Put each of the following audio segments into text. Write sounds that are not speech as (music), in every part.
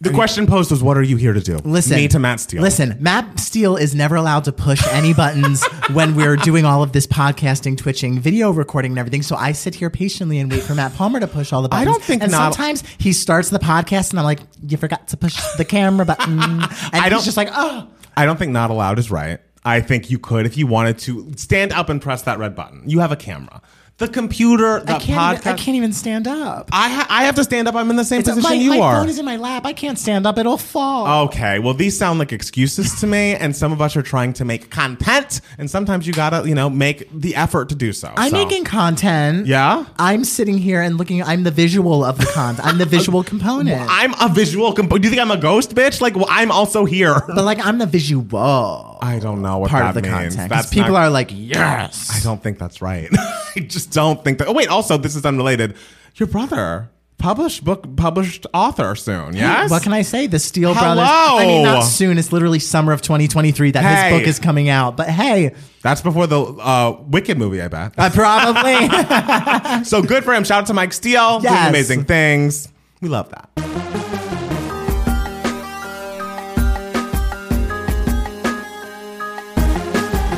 The question posed was, "What are you here to do?" Listen, me to Matt Steele. Listen, Matt Steele is never allowed to push (laughs) any buttons when we're doing all of this podcasting, twitching, video recording, and everything. So I sit here patiently and wait for Matt Palmer to push all the I buttons. don't think And not- sometimes he starts the podcast, and I'm like, "You forgot to push the camera (laughs) button," and don't- he's just like, "Oh." I don't think not allowed is right. I think you could, if you wanted to, stand up and press that red button. You have a camera. The computer, the I can't, podcast. even, I can't even stand up. I, ha- I have to stand up. I'm in the same It's- position my, you my are. Oh, phone is in my lap. I can't stand up. It'll fall. Okay, well, these sound like excuses to me, and some of us are trying to make content, and sometimes you gotta, you know, make the effort to do so. I'm so. making content. Yeah? I'm sitting here and looking. I'm the visual of the (laughs) content. I'm the visual component. I'm a visual comp. Do you think I'm a ghost, bitch? Like, well, I'm also (laughs) here. but like, I'm the visual I don't know what part that of the means. content. 'Cause That's people not- are like, yes. I don't think that's right. (laughs) I just don't think that. Oh wait, also this is unrelated. Your brother published book published author soon. Yes. What can I say? The Steel Hello. Brothers. I mean, not soon. It's literally summer of 2023 that Hey. his book is coming out. But hey, That's before the uh, Wicked movie, I bet. I (laughs) probably. (laughs) so good for him. Shout out to Mike Steele. Doing Yes. amazing things. We love that.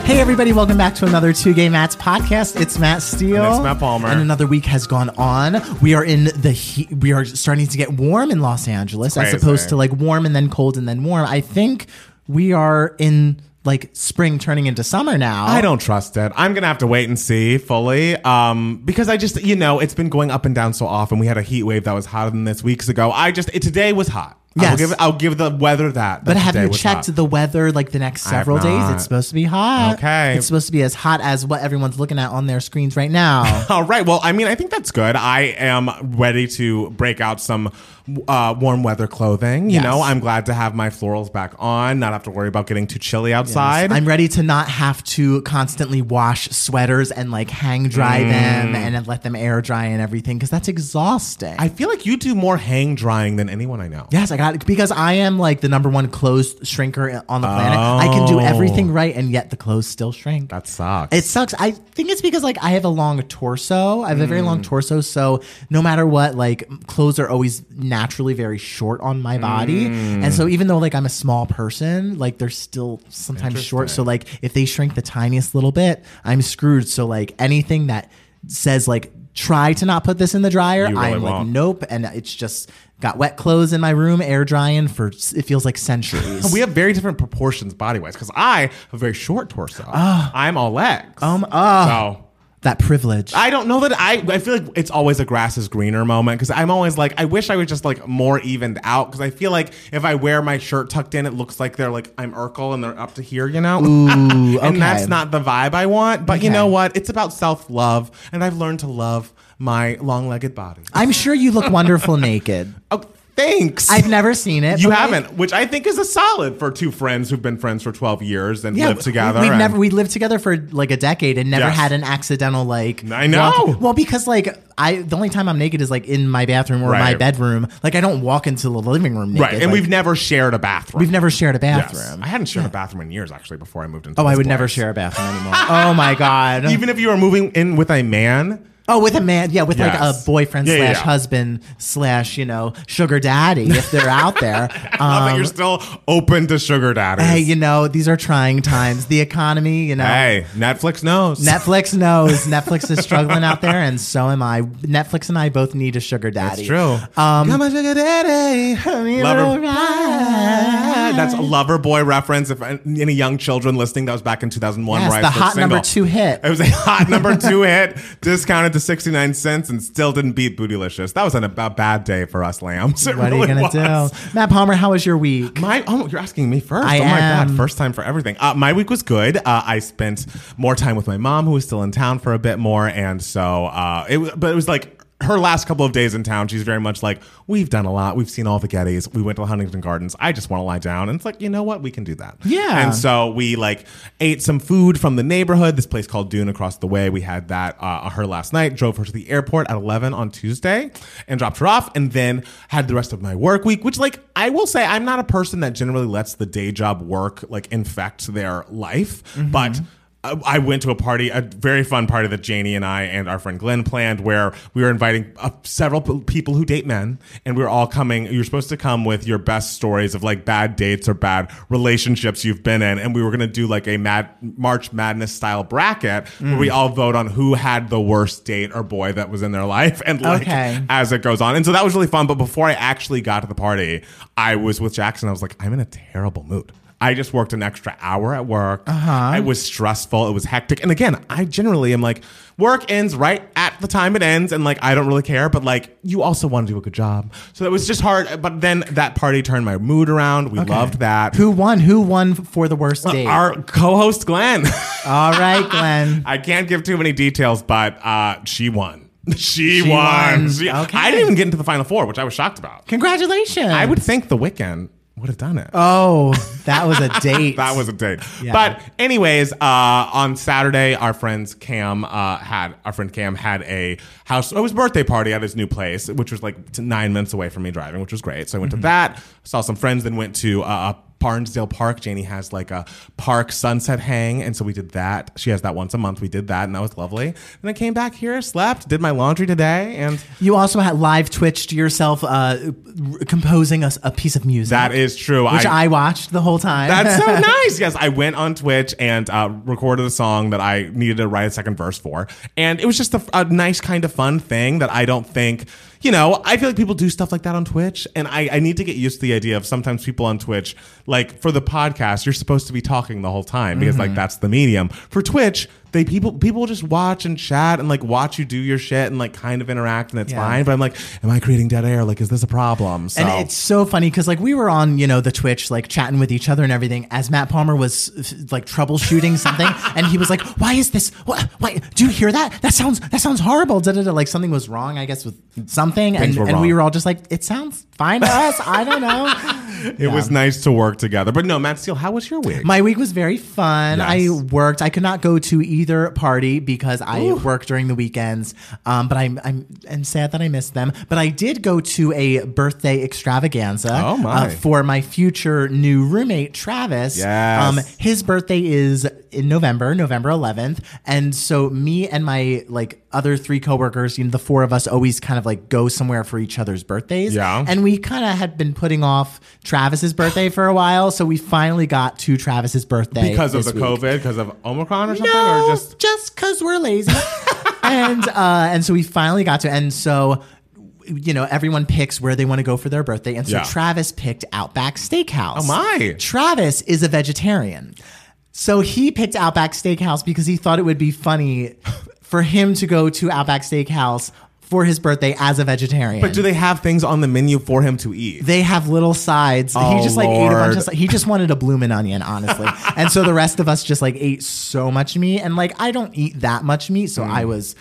Hey everybody, welcome back to another Two Gay Mats podcast. It's Matt Steele. And it's Matt Palmer. And another week has gone on. We are in the heat. We are starting to get warm in Los Angeles as crazy. opposed to like warm and then cold and then warm. I think we are in like spring turning into summer now. I don't trust it. I'm gonna have to wait and see fully, um, because I just, you know, it's been going up and down so often. We had a heat wave that was hotter than this weeks ago. I just, it, today was hot. I'll Yes. give, I'll give the weather that. But that have today you was checked hot. the weather like the next have several days? not. It's supposed to be hot. Okay. It's supposed to be as hot as what everyone's looking at on their screens (laughs) right now. All right. Well, I mean, I think that's good. I am ready to break out some uh, warm weather clothing. You Yes. know, I'm glad to have my florals back on, not have to worry about getting too chilly outside. I'm ready to not have to constantly wash sweaters and like hang dry Mm. them and then let them air dry and everything because that's exhausting. I feel like you do more hang drying than anyone I know. yes, I got it because I am like the number one clothes shrinker on the planet. I can do Oh. everything right and yet the clothes still shrink. That sucks. It sucks. I think it's because like I have a long torso. I have a very Mm. long torso, so no matter what, like clothes are always naturally very short on my body. And Mm. so even though like I'm a small person, like they're still sometimes short. So like if they shrink the tiniest little bit, I'm screwed. So like anything that says like try to not put this in the dryer, You really I'm like won't. nope. And it's just got wet clothes in my room, air drying for it feels like centuries. (laughs) We have very different proportions body wise because I have a very short torso. I'm all legs. Ah. um, ah, so that privilege. I don't know that I. I feel like it's always a grass is greener moment because I'm always like I wish I was just like more evened out because I feel like if I wear my shirt tucked in, it looks like they're like I'm Urkel and they're up to here, you know. (laughs) and okay. that's not the vibe I want. But you Okay. know what? It's about self love, and I've learned to love my long legged body. I'm sure you (laughs) look wonderful naked. Oh, thanks. I've never seen it. you but I- haven't, which I think is a solid for two friends who've been friends for 12 years and Yeah, lived together. We, have and- never we lived together for like a decade and never Yes. had an accidental like. I know. walk- well, because like I, the only time I'm naked is like in my bathroom or my Right. bedroom. Like I don't walk into the living room naked. Right, and Like, we've never shared a bathroom. we've never shared a Yes. bathroom. I hadn't shared a bathroom in years, actually, before I moved into Oh, I this would never place. share a (laughs) bathroom anymore. oh my god. Even if you were moving in with a man, oh, with a man, yeah, with like Yes. a boyfriend Yeah, yeah, slash yeah. husband slash you know sugar daddy if they're (laughs) out there. I love that Um, you're still open to sugar daddies. hey, Hey, you know these are trying times. The economy, you know. Netflix knows. Netflix knows Netflix is struggling out there, and so am I. Netflix and I both need a sugar daddy. It's true. Come on, sugar daddy. need Lover- a ride. Ah, That's a lover boy reference. If any young children listening, that was back in 2001. Yes, where I the was hot number single. two hit. It was a (laughs) hot number two hit, discounted to 69 cents, and still didn't beat Bootylicious. That was an, a bad day for us lambs. (laughs) It What are you really gonna was. do, Matt Palmer? How was your week? My oh, you're asking me first. I oh my god, am. first time for everything. Uh, my week was good. Uh, I spent more time with my mom, who was still in town for a bit more, and so uh, it. was- But it was like her last couple of days in town. She's very much like, we've done a lot. We've seen all the Gettys. We went to Huntington Gardens. I just want to lie down. And it's like, you know what? We can do that. Yeah. And so we like ate some food from the neighborhood. This place called Dune across the way. We had that uh, her last night. Drove her to the airport at eleven on Tuesday and dropped her off, and then had the rest of my work week. Which, like, I will say, I'm not a person that generally lets the day job work like infect their life, but. I I went to a party, a very fun party that Janie and I and our friend Glenn planned, where we were inviting uh, several p- people who date men, and we were all coming. You're supposed to come with your best stories of like bad dates or bad relationships you've been in, and we were gonna do like a Mad March Madness style bracket where we all vote on who had the worst date or boy that was in their life, and like Okay. as it goes on. And so that was really fun. But before I actually got to the party, I was with Jackson. I was like, I'm in a terrible mood. I just worked an extra hour at work. Uh-huh. It was stressful. It was hectic. And again, I generally am like, work ends right at the time it ends. And like, I don't really care. But like, you also want to do a good job. So it was just hard. But then that party turned my mood around. We loved that. Who won? Who won for the worst date? Our co host, Glenn. All right, Glenn. (laughs) I can't give too many details, but uh, she won. (laughs) She, She won. won. She- Okay. I didn't even get into the final four, which I was shocked about. Congratulations. I would think the weekend would have done it. Oh, that was a (laughs) date. That was a date. Yeah. But anyways, uh, on Saturday, our friends Cam uh, had our friend Cam had a house. It was a birthday party at his new place, which was like t- nine minutes away from me driving, which was great. So I Mm-hmm. went to that, saw some friends, then went to. Uh, Barnesdale Park. Janie has like a park sunset hang, and so we did that. She has that once a month. We did that, and that was lovely. Then I came back here, slept, did my laundry today, and You also had live twitched yourself uh, r- composing a, a piece of music. that is true. which I, watched the whole time. (laughs) That's so nice. Yes, I went on Twitch and uh, recorded a song that I needed to write a second verse for, and it was just a, a nice kind of fun thing that I don't think. You know, I feel like people do stuff like that on Twitch, and I, I need to get used to the idea of sometimes people on Twitch, like for the podcast, you're supposed to be talking the whole time because Mm-hmm. like that's the medium. For Twitch, they people people just watch and chat and like watch you do your shit and like kind of interact and it's Yeah. fine. But I'm like, am I creating dead air? Like, is this a problem? So And it's so funny because like we were on you know the Twitch like chatting with each other and everything as Matt Palmer was f- like (laughs) troubleshooting something and he was like why is this what why do you hear that that sounds that sounds horrible da, da, da. like something was wrong I guess with something and, Things were and we wrong. were all just like it sounds fine to us I (laughs) don't know it was nice to work together. But no, Matt Steele, how was your week? My week was very fun. Yes. I worked. I could not go to either party because I work during the weekends. Um, but I'm I'm and sad that I missed them. But I did go to a birthday extravaganza. uh, Oh, my. for my future new roommate Travis. Um, Yes. his birthday is in November, November 11th, and so me and my like other three coworkers, you know, the four of us always kind of like go somewhere for each other's birthdays. Yeah. And we kind of had been putting off Travis's birthday for a while, so we finally got to Travis's birthday because of this the week. COVID, because of Omicron or something, No, or just just because we're lazy. (laughs) and uh, and so we finally got to, and so you know everyone picks where they want to go for their birthday, and so Yeah. Travis picked Outback Steakhouse. Oh, my. Travis is a vegetarian, so he picked Outback Steakhouse because he thought it would (laughs) be funny for him to go to Outback Steakhouse for his birthday as a vegetarian. but do they have things on the menu for him to eat? They have little sides. Oh, he just like ate a bunch of. Lord. si- He just wanted a bloomin' (laughs) onion, honestly. and so the rest of us just like ate so much meat, and like I don't eat that much meat, so I was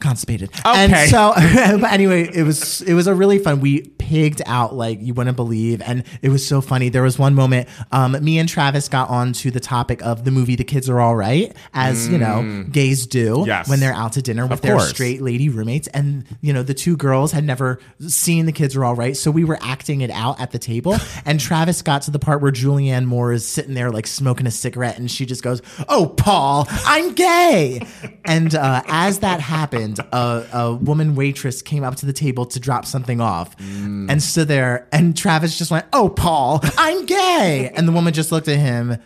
constipated. Mm. Okay. And so, (laughs) but anyway, it was it was a really fun. We pigged out like you wouldn't believe, and it was so funny. There was one moment, um, me and Travis got onto the topic of the movie "The Kids Are All Right," as you know, gays do Mm. Yes. when they're out to dinner with Of their course. straight lady roommates and you know the two girls had never seen the kids were all right so we were acting it out at (laughs) the table and travis got to the part where julianne moore is sitting there like smoking a cigarette and she just goes oh paul i'm gay and uh, as that happened a, a woman waitress came up to the table to drop something off Mm. and stood there and travis just went oh paul i'm gay and the woman just looked at him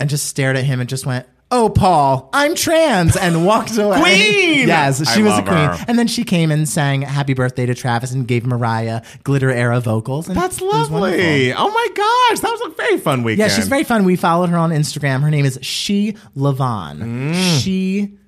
and just stared at him and just went Oh, Paul, I'm trans, and walked away. Queen! Yes, she I was a love queen. her. And then she came and sang "Happy Birthday" to Travis and gave Mariah glitter era vocals. And That's it was wonderful. lovely. Oh my gosh, that was a very fun Yeah, weekend. she's very fun. We followed her on Instagram. Her name is She Lavon. She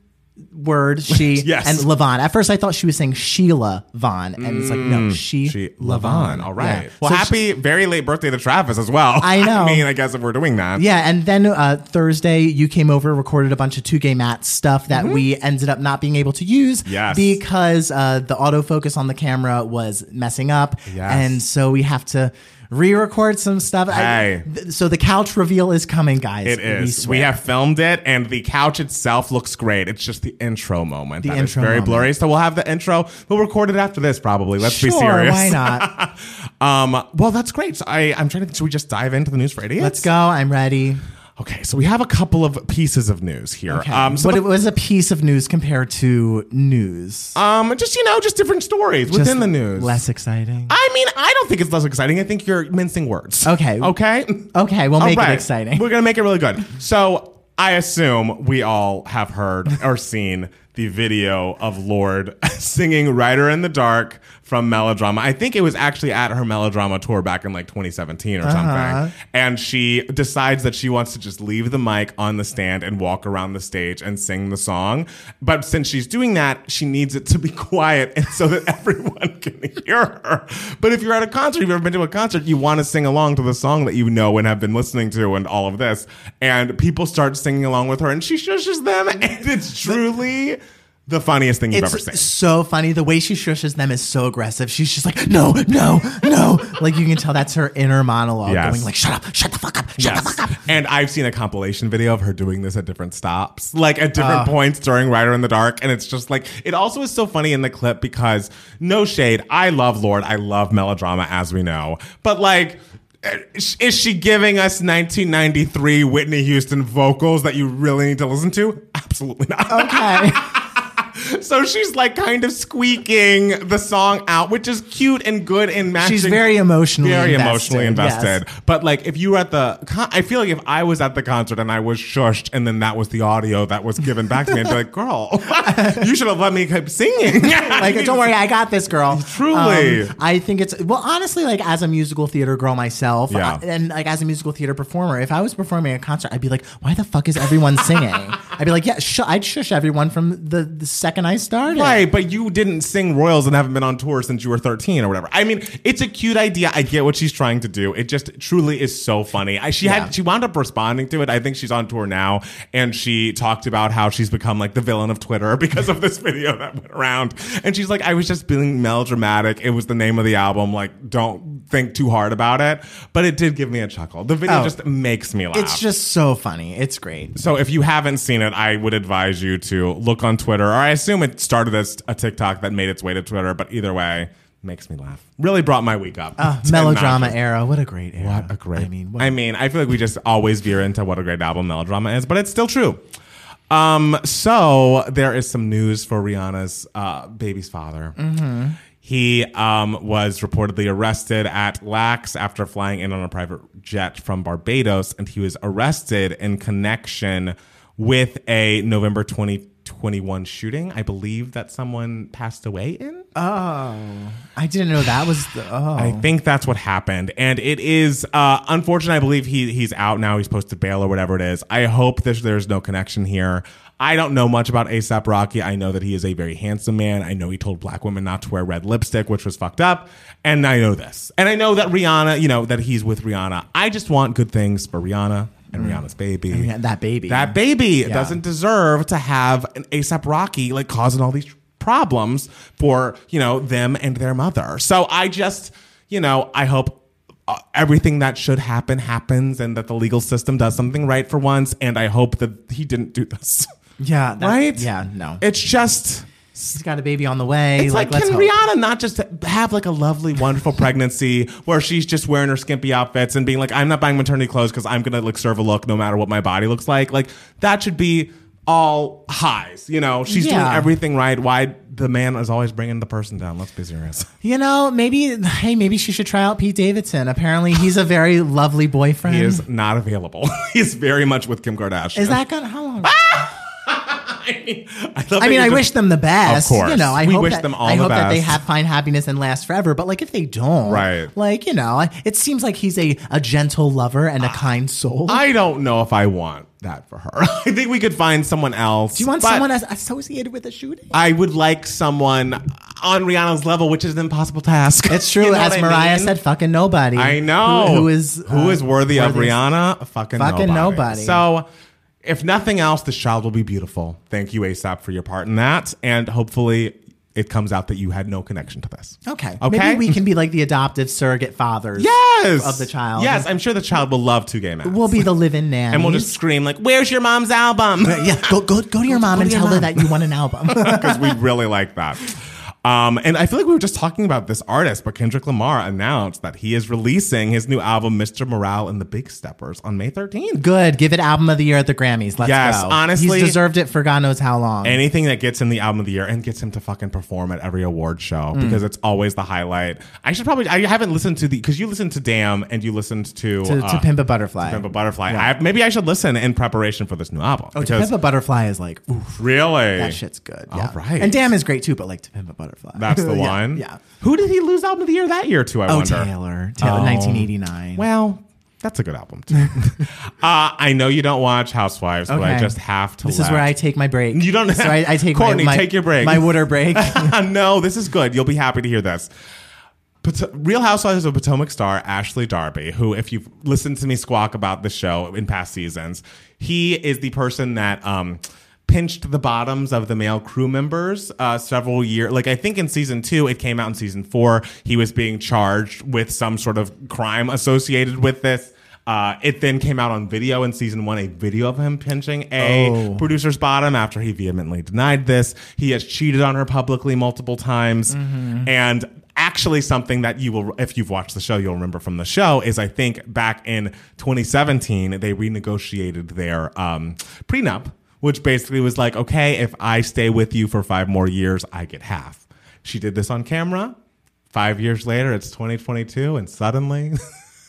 word she Mm. (laughs) Yes. and Lavon. At first, I thought she was saying Sheila Vaughn, and it's like no, she, Mm. She, Lavon. Lavon. All right. Yeah. Well, So she- happy very late birthday to Travis as well. I know. (laughs) I mean, I guess if we're doing that. Yeah, and then uh, Thursday you came over, recorded a bunch of two gay mat stuff that we ended up not being able to use Mm-hmm. Yes. because uh, the autofocus on the camera was messing up, Yes. and so we have to re-record some stuff. I- Hey. th- so the couch reveal is coming, guys. It is. We, swear. have filmed it, and the couch itself looks great. It's just the intro moment The that is intro very moment. blurry. So we'll have the intro. We'll record it after this, probably. Let's sure, be serious. why (laughs) not? Um, well, that's great. So I, I'm trying to think. Should we just dive into the news for idiots? Let's go. I'm ready. Okay, so we have a couple of pieces of news here. Um, so but the- it was a piece of news compared to news um, just you know, just different stories Just within the news. Less exciting. I mean, I don't think it's less exciting. I think you're mincing words. Okay. Okay. Okay, we'll All make right. it exciting. We're gonna make it really good. So I assume we all have (laughs) heard or seen the video of Lord (laughs) singing "Rider in the Dark" from Melodrama. I think it was actually at her Melodrama tour back in like 2017 or Uh-huh. something. And she decides that she wants to just leave the mic on the stand and walk around the stage and sing the song. But since she's doing that, she needs it to be (laughs) quiet and so that everyone (laughs) can hear her. But if you're at a concert, if you've ever been to a concert, you want to sing along to the song that you know and have been listening to and all of this. And people start singing along with her and she shushes them. (laughs) And it's truly the funniest thing you've ever seen. It's so funny. The way she shushes them is so aggressive. She's just like, no, no, no. (laughs) like you can tell that's her inner monologue Yes. going like, shut up, shut the fuck up, shut the fuck up. Yes. And I've seen a compilation video of her doing this at different stops, like at Uh. different points during Rider in the Dark. And it's just like, it also is so funny in the clip because no shade. I love Lord. I love melodrama, as we know. But like, eh, is she giving us 1993 Whitney Houston vocals that you really need to listen to? Absolutely not. Okay. (laughs) So she's like kind of squeaking the song out, which is cute and good and matching. She's very emotionally very invested, emotionally yes. invested. But like, if you were at the, con- I feel like if I was at the concert and I was shushed, and then that was the audio that was given back to me, I'd be like, "Girl, (laughs) you should have let me keep singing." like don't worry i got this girl (laughs) Truly. Um, i think it's well honestly like as a musical theater girl myself Yeah. I- and like as a musical theater performer if i was performing a concert i'd be like why the fuck is everyone (laughs) singing i'd be like yeah sh- i'd shush everyone from the, the second i started Right, but you didn't sing Royals and haven't been on tour since you were 13 or whatever. I mean, it's a cute idea. I get what she's trying to do. It just truly is so funny. I, she Yeah. had she wound up responding to it. I think she's on tour now, and she talked about how she's become like the villain of Twitter (laughs) because of this video that went around. And she's like, I was just being melodramatic. It was the name of the album. Like, don't think too hard about it. But it did give me a chuckle. The video Oh. just makes me laugh. it's just so funny it's great So if you haven't seen it, I would advise you to look on Twitter, or I assume it started as a TikTok that made its way to Twitter. But either way, makes me laugh. Really brought my week up. (laughs) Ten Ah, melodrama notches. era what a great era What a great. i mean what I mean, I feel like we just always veer into what a great album melodrama is, but it's still true. Um, so there is some news for Rihanna's uh, baby's father. Mm-hmm. He um, was reportedly arrested at LAX after flying in on a private jet from Barbados, and he was arrested in connection with a November 2021 shooting. I believe that someone passed away in. oh i didn't know that was the oh I think that's what happened, and it is uh, unfortunate. I believe he he's out now. He's supposed to bail or whatever it is. I hope that there's no connection here. I don't know much about ASAP Rocky. I know that he is a very handsome man. I know he told black women not to wear red lipstick, which was fucked up. And I know this. And I know that Rihanna, you know, that he's with Rihanna. I just want good things for Rihanna Mm. and Rihanna's baby. Yeah, that baby That baby doesn't deserve to have an ASAP Rocky like causing all these problems for, you know, them and their mother. So I just, you know, I hope uh, everything that should happen happens and that the legal system does something right for once and I hope that he didn't do this. (laughs) yeah that- right? yeah no It's just she's got a baby on the way it's like, let's can hope. Rihanna not just have like a lovely, wonderful pregnancy where she's just wearing her skimpy outfits and being like, I'm not buying maternity clothes because I'm gonna like serve a look no matter what my body looks like. Like that should be all highs, you know. She's Yeah. doing everything right. Why the man is always bringing the person down? Let's be serious. (laughs) You know, maybe hey, maybe she should try out Pete Davidson. Apparently, he's a very lovely boyfriend. He is not available. (laughs) He's very much with Kim Kardashian. Is that gonna how long? (laughs) Ah, I mean, I, love I that mean, you're I just- wish them the best. Of course. you know, I We hope wish that, them all I the hope that they best. have find happiness and last forever. But like, if they don't, Right. Like, you know, I- it seems like he's a a gentle lover Ah. and a kind soul. I don't know if I want that for her. (laughs) I think we could find someone else. Do you want but- someone as associated with a shooting? I would like someone on Rihanna's level, which is an impossible task. (laughs) It's true, You know as what I Mariah mean? said, "Fucking nobody." I know who, who is who uh, is worthy of worthy- Rihanna. Fucking, Fucking nobody. nobody. So, if nothing else, this child will be beautiful. Thank you, ASAP, for your part in that, and hopefully, it comes out that you had no connection to this. Okay. Okay. Maybe we can be like the adoptive surrogate fathers. yes of the child. Yes, I'm sure the child will love two gay men. We'll be the live-in nanny. and we'll just scream like, "Where's your mom's album?" (laughs) yeah, go go go to your mom to and your tell mom. her (laughs) that you want an album. because we really like that. Um, and I feel like we were just talking about this artist, but Kendrick Lamar announced that he is releasing his new album, Mr. Morale and the Big Steppers, on May 13th. Good. Give it album of the year at the Grammys. Let's Yes, go. honestly- he's deserved it for God knows how long. Anything that gets him the album of the year and gets him to fucking perform at every award show Mm. because it's always the highlight. I should probably, I haven't listened to the, because you listened to Damn and you listened to, to, uh, to pimp a butterfly. Pimp a Butterfly. I, maybe I should listen in preparation for this new album. oh, to pimp a butterfly is like oof, really? that shit's good. Yeah. right. And damn is great too, but like to pimp a butterfly. That's the (laughs) Yeah, one. Yeah. Who did he lose album of the year that year to? I Oh, wonder. Oh. Taylor. Taylor, 1989. Well, that's a good album (laughs) too. uh, I know you don't watch Housewives, but I Okay. just have to. This is where I take my break. You don't So have- I, I take Courtney, my, my take your break. My (laughs) water break. I. no, this is good. You'll be happy to hear this. Pot- Real Housewives of Potomac star Ashley Darby, who, if you've listened to me squawk about the show in past seasons, he is the person that um, pinched the bottoms of the male crew members uh, several years. Like, I think in season two, it came out in season four, he was being charged with some sort of crime associated with this. Uh, it then came out on video in season one, a video of him pinching a Oh. producer's bottom after he vehemently denied this. He has cheated on her publicly multiple times. And actually, something that you will, if you've watched the show, you'll remember from the show is I think back in 2017, they renegotiated their um, prenup, which basically was like, okay, if I stay with you for five more years, I get half. She did this on camera. Five years later, it's 2022, and suddenly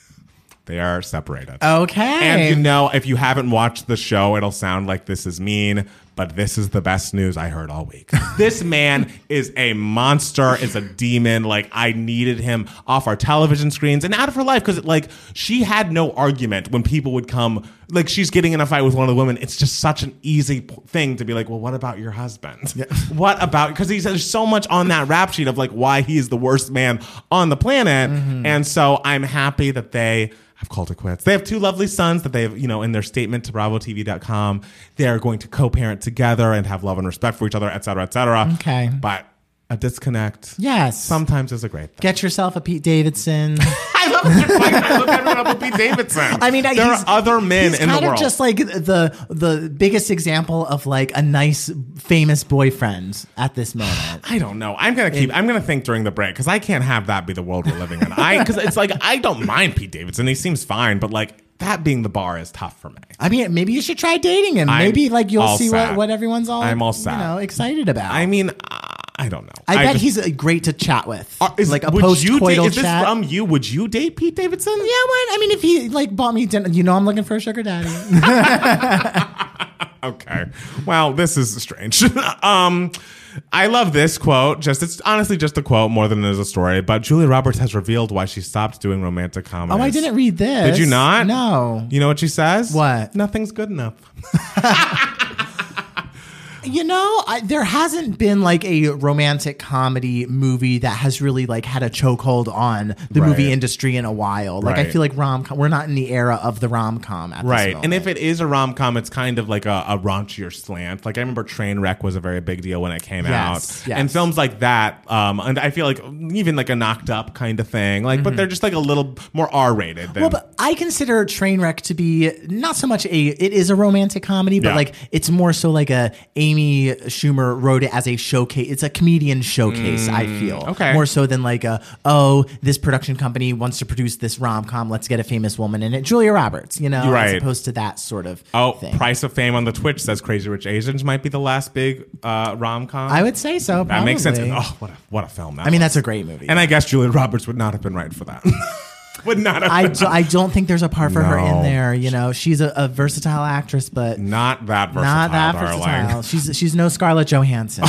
(laughs) they are separated. okay. And you know, if you haven't watched the show, it'll sound like this is mean, but this is the best news I heard all week. this man is a monster, is a demon. Like I needed him off our television screens and out of her life because like she had no argument when people would come. Like she's getting in a fight with one of the women. It's just such an easy p- thing to be like, well, what about your husband? (laughs) what about because he says so much on that rap sheet of like why he is the worst man on the planet. And so I'm happy that they I've called it quits. They have two lovely sons that they've, you know, in their statement to BravoTV.com, they are going to co-parent together and have love and respect for each other, et cetera, et cetera. Okay. But a disconnect yes. sometimes is a great thing. Get yourself a Pete Davidson. (laughs) I love that you're like, I love everyone up (laughs) with Pete Davidson. I mean, there are he's- other men he's in the kind world. Of just like the the biggest example of like a nice famous boyfriend at (sighs) this moment. I don't know. I'm gonna keep. I'm gonna think during the break because I can't have that be the world we're living in. I because it's like I don't mind Pete Davidson. He seems fine, but like that being the bar is tough for me. I mean, maybe you should try dating him. I'm maybe like you'll all see sad. what, what everyone's all I'm all you sad. know excited about. I mean, I, I don't know. I bet just- he's uh, great to chat with, Are- is- like a would you date- post-coital Is this chat. from you? Would you date Pete Davidson? yeah, what? I mean, if he like bought me dinner, you know, I'm looking for a sugar daddy. Okay. Well, this is strange. (laughs) um, I love this quote. Just it's honestly just a quote more than it is a story. But Julia Roberts has revealed why she stopped doing romantic comedies. oh, I didn't read this. Did you not? No. You know what she says? What? Nothing's good enough. You know, I, there hasn't been like a romantic comedy movie that has really like had a chokehold on the Right. movie industry in a while. Like Right. I feel like rom com, we're not in the era of the rom com at Right. this And if it is a rom com, it's kind of like a, a raunchier slant. Like I remember Trainwreck was a very big deal when it came Yes, out. yes. And films like that, um, and I feel like even like a knocked up kind of thing. Like but they're just like a little more R rated than Mm-hmm. well, but I consider Trainwreck to be not so much a it is a romantic comedy, but Yeah. like it's more so like a Amy Schumer wrote it as a showcase. It's a comedian showcase. I feel Mm, okay. more so than like a oh this production company wants to produce this rom com. Let's get a famous woman in it, Julia Roberts. You know, Right. as opposed to that sort of Oh, thing. Price of Fame on the Twitch says Crazy Rich Asians might be the last big uh, rom com. I would say so. that makes sense. probably. Oh, what a what a film! That I mean, that's a great movie. and I guess Julia Roberts would not have been right for that. (laughs) would not have. I, been do, I don't think there's a part for her No. in there. You know, she's a, a versatile actress, but not that versatile. not that darling. versatile. She's she's no Scarlett (laughs) Johansson.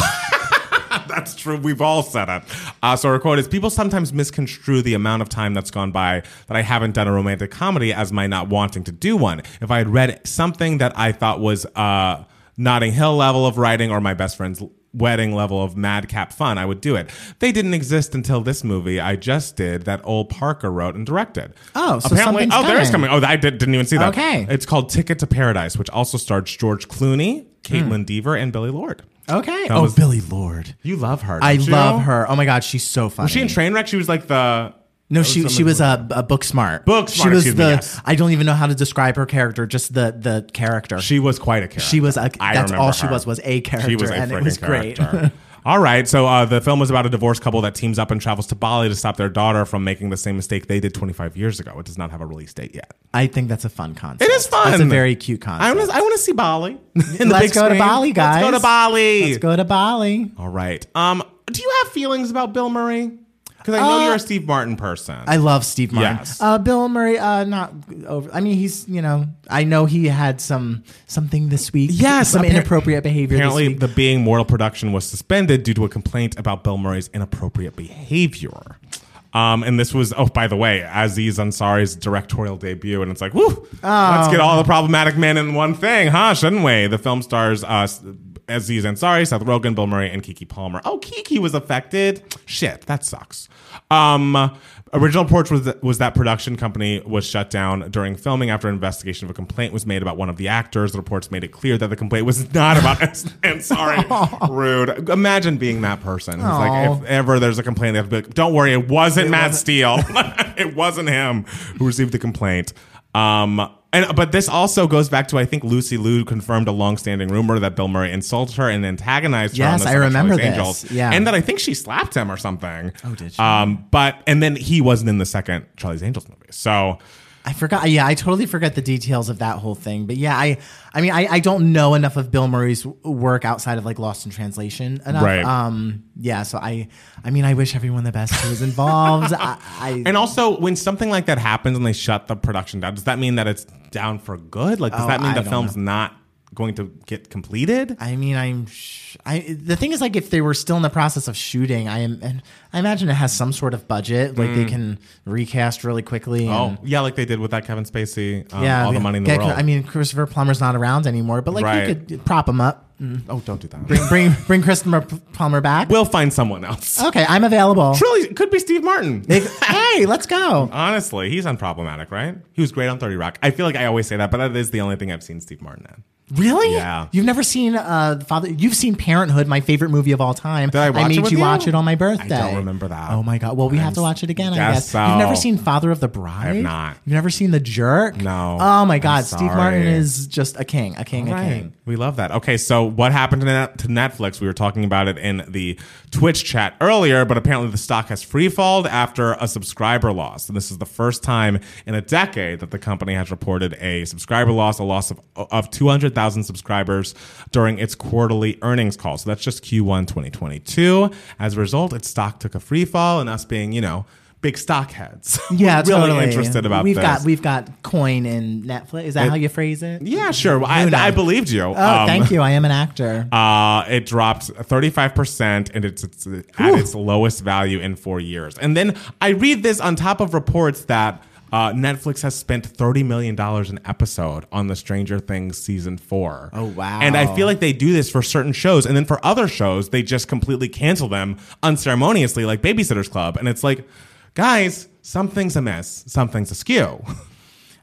That's true. We've all said it. Uh, so our quote is: People sometimes misconstrue the amount of time that's gone by that I haven't done a romantic comedy as my not wanting to do one. If I had read something that I thought was uh, Notting Hill level of writing or my best friend's wedding level of madcap fun, I would do it. They didn't exist until this movie I just did that Ol Parker wrote and directed. Oh, so apparently, something's oh, there is coming. coming. Oh, I did, didn't even see that. Okay. it's called Ticket to Paradise, which also stars George Clooney, Caitlin Deaver, and Billy Lord. Okay. oh, was- Billy Lord. You love her. I don't you? love her. Oh my God, she's so funny. Was she in Trainwreck? She was like the. no, she something she was a, a book smart. Book She smart, was excuse the. me, yes. I don't even know how to describe her character. Just the the character. She, She was quite a character. was a. I that's remember all she her. was was a character, She was a and freaking it was great. (laughs) character. All right. So uh, the film was about a divorced couple that teams up and travels to Bali to stop their daughter from making the same mistake they did 25 years ago. It does not have a release date yet. I think that's a fun concept. It is fun. It's a very cute concept. I want to. I want to see Bali. (laughs) in the Let's big go to screen. Bali, Let's go guys. to Bali. Let's go to Bali. All right. Um. Do you have feelings about Bill Murray? Because I know Uh, you're a Steve Martin person. I love Steve Martin. Yes. Uh, Bill Murray, uh, not over. I mean, he's you know, I know he had some something this week. Yes, some appar- inappropriate behavior. this Apparently, week. the Being Mortal production was suspended due to a complaint about Bill Murray's inappropriate behavior. Um, and this was, oh, by the way, Aziz Ansari's directorial debut. And it's like, woo, let's get all the problematic men in one thing, huh? Shouldn't we? The film stars uh, Aziz Ansari, Seth Rogen, Bill Murray, and Kiki Palmer. Oh, Kiki was affected. Shit, that sucks. Um, original Porch was, was that production company was shut down during filming after an investigation of a complaint was made about one of the actors. The reports made it clear that the complaint was not about (laughs) Ansari. Rude. Imagine being that person. Who's like, Aw. if ever there's a complaint, they have to be like, don't worry, it wasn't Matt (laughs) Steele. it wasn't him who received the complaint. Um, and but this also goes back to I think Lucy Liu confirmed a longstanding rumor that Bill Murray insulted her and antagonized her. on Yes, the I set of remember Charlie's this. Angels, Yeah. and that I think she slapped him or something. Oh, did she? Um, but and then he wasn't in the second Charlie's Angels movie, so I forgot. Yeah, I totally forget the details of that whole thing. But yeah, I, I mean, I, I don't know enough of Bill Murray's work outside of like Lost in Translation enough. Right. Um. Yeah. So I, I mean, I wish everyone the best who (laughs) was involved. I, I And also, when something like that happens and they shut the production down, does that mean that it's down for good? Like, does Oh, that mean I the don't film's not going to get completed? I mean, I'm. Sh- I the thing is, like, if they were still in the process of shooting, I am. And I imagine it has some sort of budget. Like they can recast really quickly. Mm. Oh, and- yeah, like they did with that Kevin Spacey. Um, all the money in the get- world. I mean, Christopher Plummer's not around anymore, but like you Right. could prop him up, oh, don't do that. bring bring bring Christopher Plummer back. we'll find someone (laughs) else. okay, I'm available. Truly, it could be Steve Martin. hey, let's go. Honestly, he's unproblematic, right? He was great on Thirty Rock. I feel like I always say that, but that is the only thing I've seen Steve Martin in. Really? Yeah. You've never seen uh the Father You've seen Parenthood, my favorite movie of all time. I watch it made with you you? watch it on my birthday. remember that. Oh my god. Well, we I'm have to watch it again, I guess guess. You've never so. seen Father of the Bride? I have not. You've never seen The Jerk? No. Oh my I'm god, Steve Martin sorry. is just a king, a king, a king. We love that. Okay, so what happened to, net, to Netflix? We were talking about it in the Twitch chat earlier, but apparently the stock has freefalled after a subscriber loss. And this is the first time in a decade that the company has reported a subscriber loss, a loss of, of 200,000 subscribers during its quarterly earnings call. So that's just Q1 2022. As a result, its stock took a free fall, and us being, you know, big stock heads. (laughs) Yeah, really totally. interested about we've this. got we've got coin in Netflix. Is that how you phrase it? yeah, sure. I, Who knows? I believed you. Um, Oh, thank you. I am an actor. Uh, it dropped 35% and it's, it's at its lowest value in four years. And then I read this on top of reports that uh, Netflix has spent $30 million an episode on the Stranger Things season four. Oh, wow. And I feel like they do this for certain shows. And then for other shows, they just completely cancel them unceremoniously, like Babysitter's Club. And it's like, guys, something's amiss, something's askew.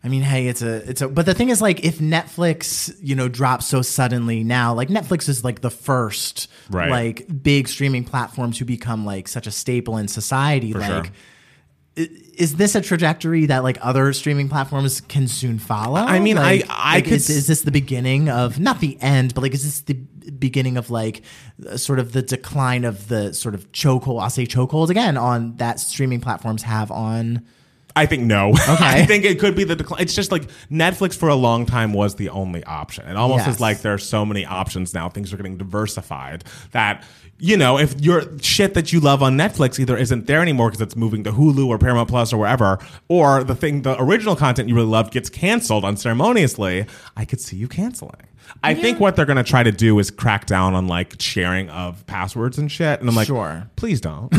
I mean, hey, it's a it's a but the thing is like if Netflix, you know, drops so suddenly now, like Netflix is like the first Right. like big streaming platform to become like such a staple in society. sure. like i- is this a trajectory that like other streaming platforms can soon follow? I mean, I- like, I like, could is, is this the beginning of not the end, but like is this the beginning of like uh, sort of the decline of the sort of chokehold? I'll say chokehold again on that streaming platforms have on I think no. (laughs) I think it could be the decline. It's just like Netflix for a long time was the only option. It almost Yes. is like there are so many options now. Things are getting diversified that you know if your shit that you love on Netflix either isn't there anymore because it's moving to Hulu or Paramount Plus or wherever, or the thing the original content you really loved gets canceled unceremoniously. I could see you canceling. I think what they're going to try to do is crack down on like sharing of passwords and shit. And I'm like, Sure. please don't.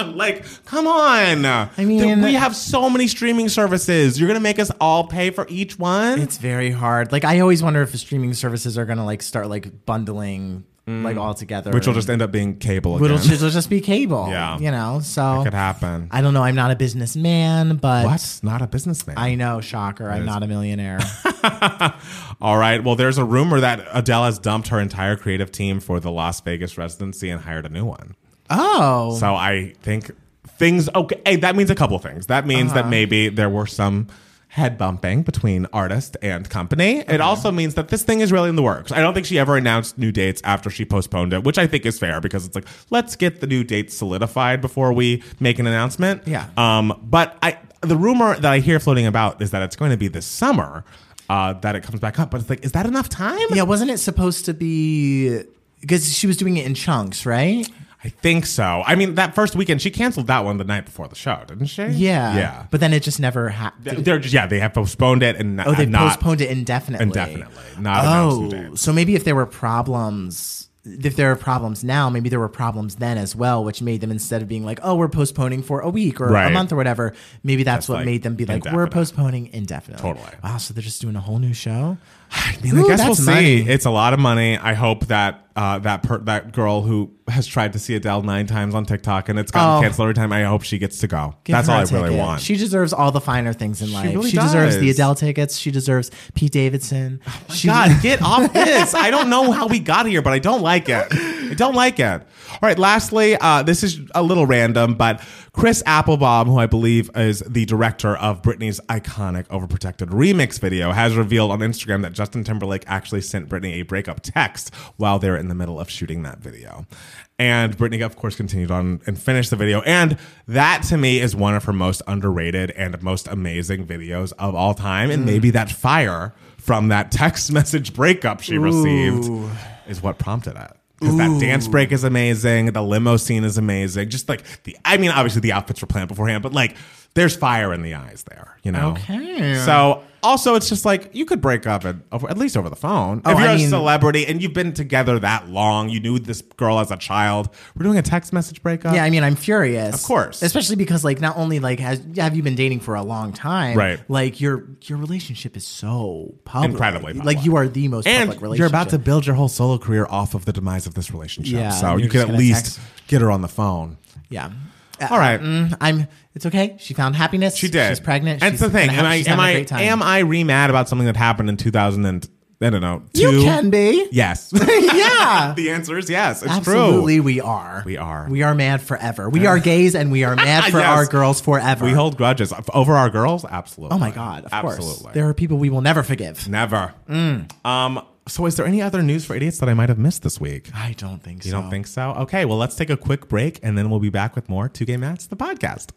Like, come on. I mean- we have so many streaming services. You're gonna make us all pay for each one. It's very hard. Like I always wonder if the streaming services are gonna like start like bundling like all together, Mm. Which will just end up being cable again. it'll just, it'll just be cable. Yeah. you know. So could happen. I don't know. I'm not a businessman, but What's not a businessman? I know. Shocker. I'm not a millionaire. (laughs) all right. Well, there's a rumor that Adele has dumped her entire creative team for the Las Vegas residency and hired a new one. oh, So Uh-huh. I think things okay. Hey, that means a couple things. That means that maybe there were some head bumping between artist and company. It also means that this thing is really in the works. I don't think she ever announced new dates after she postponed it, which I think is fair because it's like, let's get the new dates solidified before we make an announcement. Yeah. Um, but I the rumor that I hear floating about is that it's going to be this summer. Uh, that it comes back up, but it's like, is that enough time? Yeah, wasn't it supposed to be because she was doing it in chunks, right? I think so. I mean, that first weekend, she canceled that one the night before the show, didn't she? Yeah. Yeah. But then it just never happened. They're just, yeah, they have postponed it and Oh, they not postponed it indefinitely. indefinitely. Not announced new Oh, dates. so maybe if there were problems, if there are problems now, maybe there were problems then as well, which made them instead of being like, "Oh, we're postponing for a week or Right. a month or whatever," maybe that's, what like made them be like, "We're indefinite. postponing indefinitely." Totally. Wow, so they're just doing a whole new show. I (sighs) I mean, I guess we'll see. It's a lot of money. I hope that uh, that per- that girl who has tried to see Adele nine times on TikTok and it's gotten Oh. canceled every time. I hope she gets to go. That's all I really want. She deserves all the finer things in life. really she deserves the does. Oh Adele tickets. She deserves Pete Davidson. (laughs) she, God, get off this. I don't know how we got here, but I don't like it. I don't like it. All right, lastly, uh, this is a little random, but Chris Applebaum, who I believe is the director of Britney's iconic Overprotected remix video, has revealed on Instagram that Justin Timberlake actually sent Britney a breakup text while they were in the middle of shooting that video. And Britney, of course, continued on and finished the video. And that to me is one of her most underrated and most amazing videos of all time. And maybe that fire from that text (laughs) message breakup she received is what prompted it. Because that dance break is amazing, the limo scene is amazing. Just like the, I mean, obviously the outfits were planned beforehand, but like there's fire in the eyes there, you know. Okay. So also, it's just like you could break up at, over, at least over the phone Oh, if you're I a mean- celebrity and you've been together that long. You knew this girl as a child. We're doing a text message breakup. Yeah, I mean, I'm furious. Of Uh, course. especially because like not only like has have you been dating for a long time, Right. Like your your relationship is so public, Incredibly public. Like you are the most and public relationship. you're about to build your whole solo career off of the demise of this relationship. Yeah, so you're you just can at gonna least text. get her on the phone. yeah. All right. Mm, I'm. It's okay. She found happiness. She did. She's pregnant. And she's it's the thing. gonna Am have- I she's am having a I great time. am I re mad about something that happened in 2000 and I don't know. Two? You can be. (laughs) Yes. (laughs) yeah. the answer is yes. It's Absolutely, true. we are. We are. We are mad forever. We are gays, (laughs) and we are mad for Yes. our girls forever. We hold grudges over our girls. Absolutely. oh my god! Of Absolutely. course, there Mm. are people we will never forgive. Never. Um, so, is there any other news for idiots that I might have missed this week? I don't think so. You don't think so? Okay, well, let's take a quick break and then we'll be back with more Two Gay Mats, the podcast.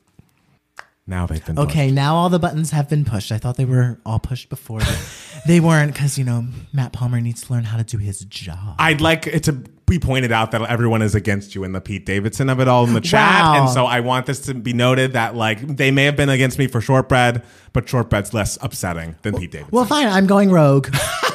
Now they've been. Okay, now all the buttons have been pushed. I thought they were all pushed before, but they weren't because, you know, Matt Palmer needs to learn how to do his job. I'd like it to be pointed out that everyone is against you in the Pete Davidson of it all in the chat. Wow. And so I want this to be noted that, like, they may have been against me for shortbread, but shortbread's less upsetting than Pete Davidson. Well, fine. I'm going rogue.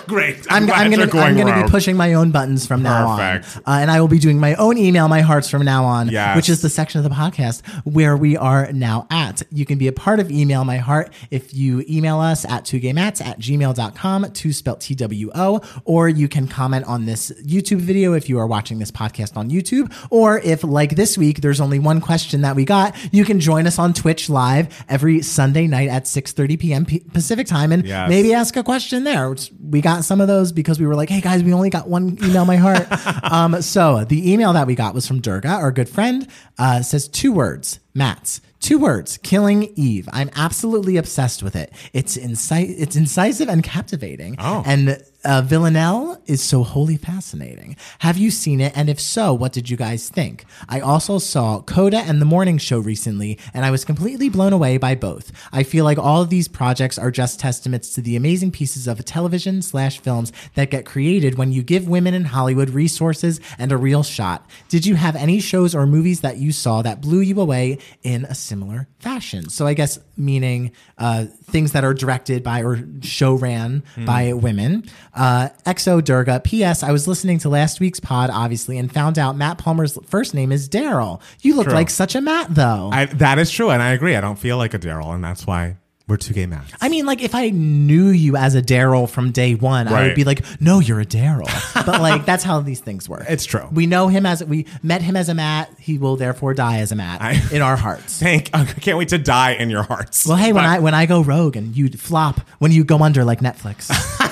great. I'm, glad I'm you're gonna I'm gonna rogue. be pushing my own buttons from now Perfect. on, uh, and I will be doing my own email, my hearts from now on, Yes. which is the section of the podcast where we are now at. You can be a part of email my heart if you email us at two gaymats at gmail.com, two spelt T W O, or you can comment on this YouTube video if you are watching this podcast on YouTube, or if like this week there's only one question that we got, you can join us on Twitch live every Sunday night at 6:30 p.m. P- Pacific time, and Yes. maybe ask a question there. It's- We got some of those because we were like, hey guys, we only got one email, my heart. um, so the email that we got was from Durga, our good friend. Uh, it says two words, Matt's. Two words, killing Eve. I'm absolutely obsessed with it. It's inci- it's incisive and captivating. Oh. And uh, Villanelle is so wholly fascinating. Have you seen it? And if so, what did you guys think? I also saw Coda and The Morning Show recently, and I was completely blown away by both. I feel like all of these projects are just testaments to the amazing pieces of television slash films that get created when you give women in Hollywood resources and a real shot. Did you have any shows or movies that you saw that blew you away in a similar fashion? So I guess meaning uh, things that are directed by or show ran by women. Uh, XO Durga. P.S. I was listening to last week's pod, obviously, and found out Matt Palmer's first name is Daryl. You look like such a Matt, though. I- I, that is true, and I agree. I don't feel like a Daryl, and that's why we're two gay mats. mean, like, if I knew you as a Daryl from day one, I Right. would be like, no, you're a Daryl. but, like, that's how these things work. It's true. We know him as, we met him as a Matt. He will therefore die as a Matt I- in (laughs) our hearts. Thank. I can't wait to die in your hearts. Well, hey, when But- I when I go rogue and you flop when you go under like Netflix,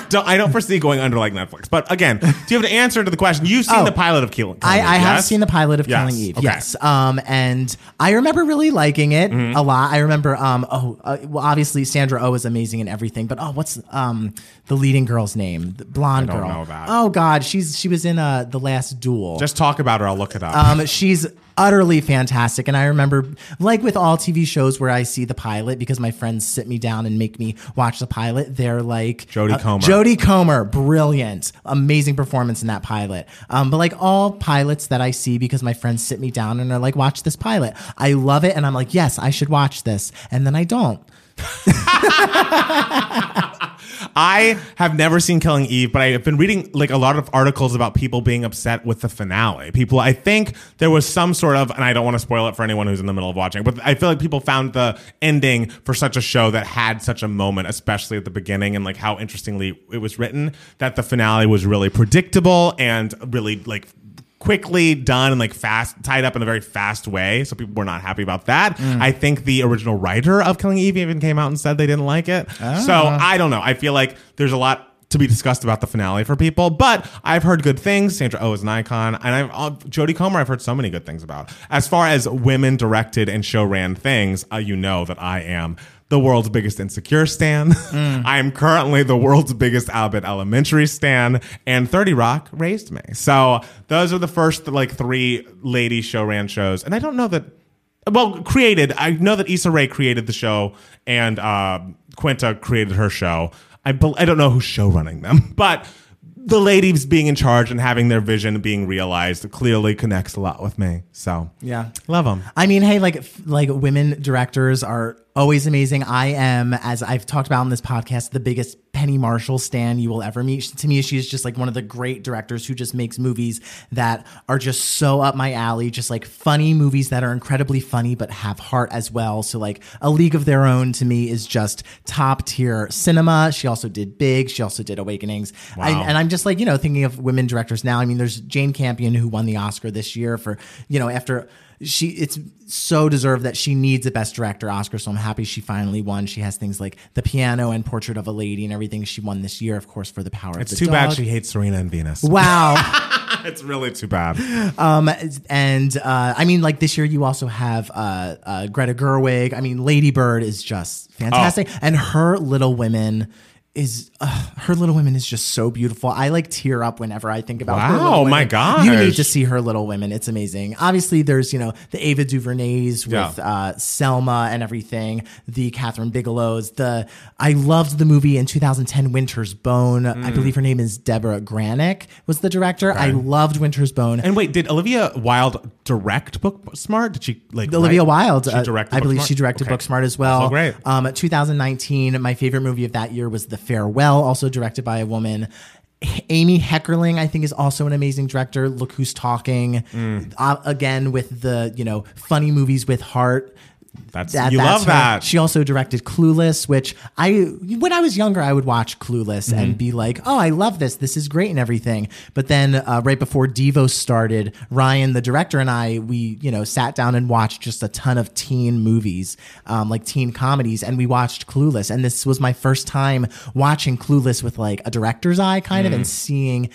don't, I don't foresee going under like Netflix. But again, do you have an answer to the question? You've seen Oh. the pilot of Killing. I, Killing I Eve, have yes? seen the pilot of Yes, Killing Eve, okay. yes. Um, and I remember really liking it Mm-hmm. a lot. I remember, um, oh, uh, well, obviously Sandra Oh is amazing and everything, but oh, what's um the leading girl's name? The blonde don't girl. know that. Oh God, she's she was in uh the Last Duel. Just talk about her. I'll look it up. Um, she's utterly fantastic. And I remember, like with all TV shows where I see the pilot, because my friends sit me down and make me watch the pilot, they're like Jodie uh, Comer. Jodie Comer, brilliant, amazing performance in that pilot. Um, but like all pilots that I see, because my friends sit me down and are like, watch this pilot. I love it. And I'm like, yes, I should watch this. And then I don't. I have never seen Killing Eve, but I have been reading like a lot of articles about people being upset with the finale. People, I think there was some sort of, and I don't want to spoil it for anyone who's in the middle of watching, but I feel like people found the ending for such a show that had such a moment, especially at the beginning and like how interestingly it was written, that the finale was really predictable and really like quickly done and like fast tied up in a very fast way so people were not happy about that i think the original writer of killing eve even came out and said they didn't like it so i don't know i feel like there's a lot to be discussed about the finale for people, but I've heard good things. Sandra Oh is an icon, and I've uh, Jodie Comer. I've heard so many good things about. As far as women directed and show ran things, uh, you know that I am the world's biggest insecure stan. (laughs) Mm. I am currently the world's biggest Albert Elementary stan, and 30 Rock raised me. So those are the first like three lady show ran shows, and I don't know that. Well, created. I know that Issa Rae created the show, and uh, Quinta created her show. I bel I don't know who's show running them, (laughs) but the ladies being in charge and having their vision being realized clearly connects a lot with me. So Yeah. love them. I mean, hey, like f- like women directors are always amazing. I am, as I've talked about in this podcast, the biggest Penny Marshall stan you will ever meet. She- To me, she's just like one of the great directors who just makes movies that are just so up my alley, just like funny movies that are incredibly funny but have heart as well. So like A League of Their Own to me is just top tier cinema. She also did Big. She also did Awakenings. I- Wow. and and I'm just like, you know, thinking of women directors now. I mean, there's Jane Campion who won the Oscar this year for, you know, after she it's so deserved that she needs a best director Oscar. So I'm happy she finally won. She has things like The Piano and Portrait of a Lady and everything she won this year, of course, for The Power It's of the too bad Dog. she hates Serena and Venus. Wow. (laughs) it's really too bad. um, and uh, I mean, like this year, you also have uh, uh, Greta Gerwig. I mean, Lady Bird is just fantastic. Oh. And her Little Women is, uh, her Little Women is just so beautiful. I like tear up whenever I think about her. Wow, Little my Women. You need gosh. to see her Little Women. It's amazing. Obviously, there's, you know, the Ava DuVernays with Yeah. uh, Selma and everything, the Catherine Bigelow's, the, I loved the movie in 2010, Winter's Bone. Mm. I believe her name is Deborah Granick was the director. I loved Winter's Bone. And wait, did Olivia Wilde direct Book Smart? Did she like Olivia write- Wilde. She uh, directed I believe Booksmart? she directed Okay. Booksmart as well. Also great. Um, 2019, my favorite movie of that year was The Farewell, also directed by a woman. H- Amy Heckerling, I think, is also an amazing director. Look Who's Talking, Mm. uh, again with the you know funny movies with heart. That's That- you that's love her. that. She also directed Clueless, which I, when I was younger, I would watch Clueless Mm-hmm. and be like, oh, I love this. This is great and everything. But then uh, right before Devo started, Ryan, the director, and I, we, you know, sat down and watched just a ton of teen movies, um, like teen comedies, and we watched Clueless. And this was my first time watching Clueless with like a director's eye kind of Mm. and seeing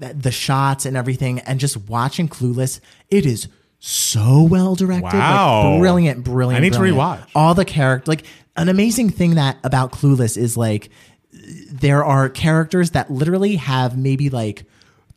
th- the shots and everything and just watching Clueless. It is so well directed. Wow. Like brilliant, brilliant. I need to brilliant. rewatch. all the character. Like an amazing thing that about Clueless is like there are characters that literally have maybe like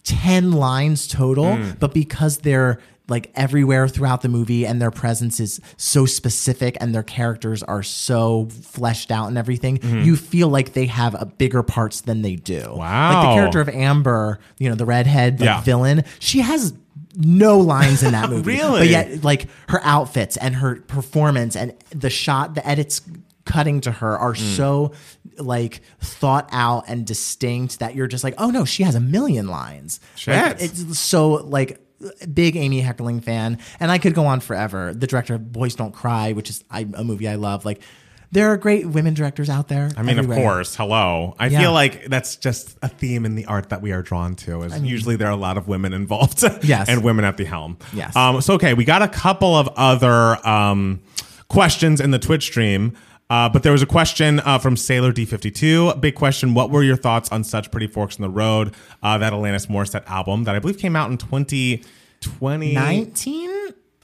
ten lines total, Mm. but because they're like everywhere throughout the movie and their presence is so specific and their characters are so fleshed out and everything Mm-hmm. you feel like they have a bigger parts than they do like Wow. the character of amber you know the redhead the Yeah. villain she has no lines (laughs) in that movie Really? but yet like her outfits and her performance and the shot the edits cutting to her are Mm. so like thought out and distinct that you're just like oh no she has a million lines Like, Shit. it's so like big amy heckling fan and i could go on forever the director of boys don't cry which is I, a movie i love like there are great women directors out there I mean, of course. Hello. I Yeah. feel like that's just a theme in the art that we are drawn to. Is usually there are a lot of women involved. (laughs) Yes. and women at the helm. Yes. Um, so okay, we got a couple of other um, questions in the Twitch stream. Uh, but there was a question uh, from Sailor D52. Big question. What were your thoughts on Such Pretty Forks in the Road, uh, that Alanis Morissette album that I believe came out in 2020? 19?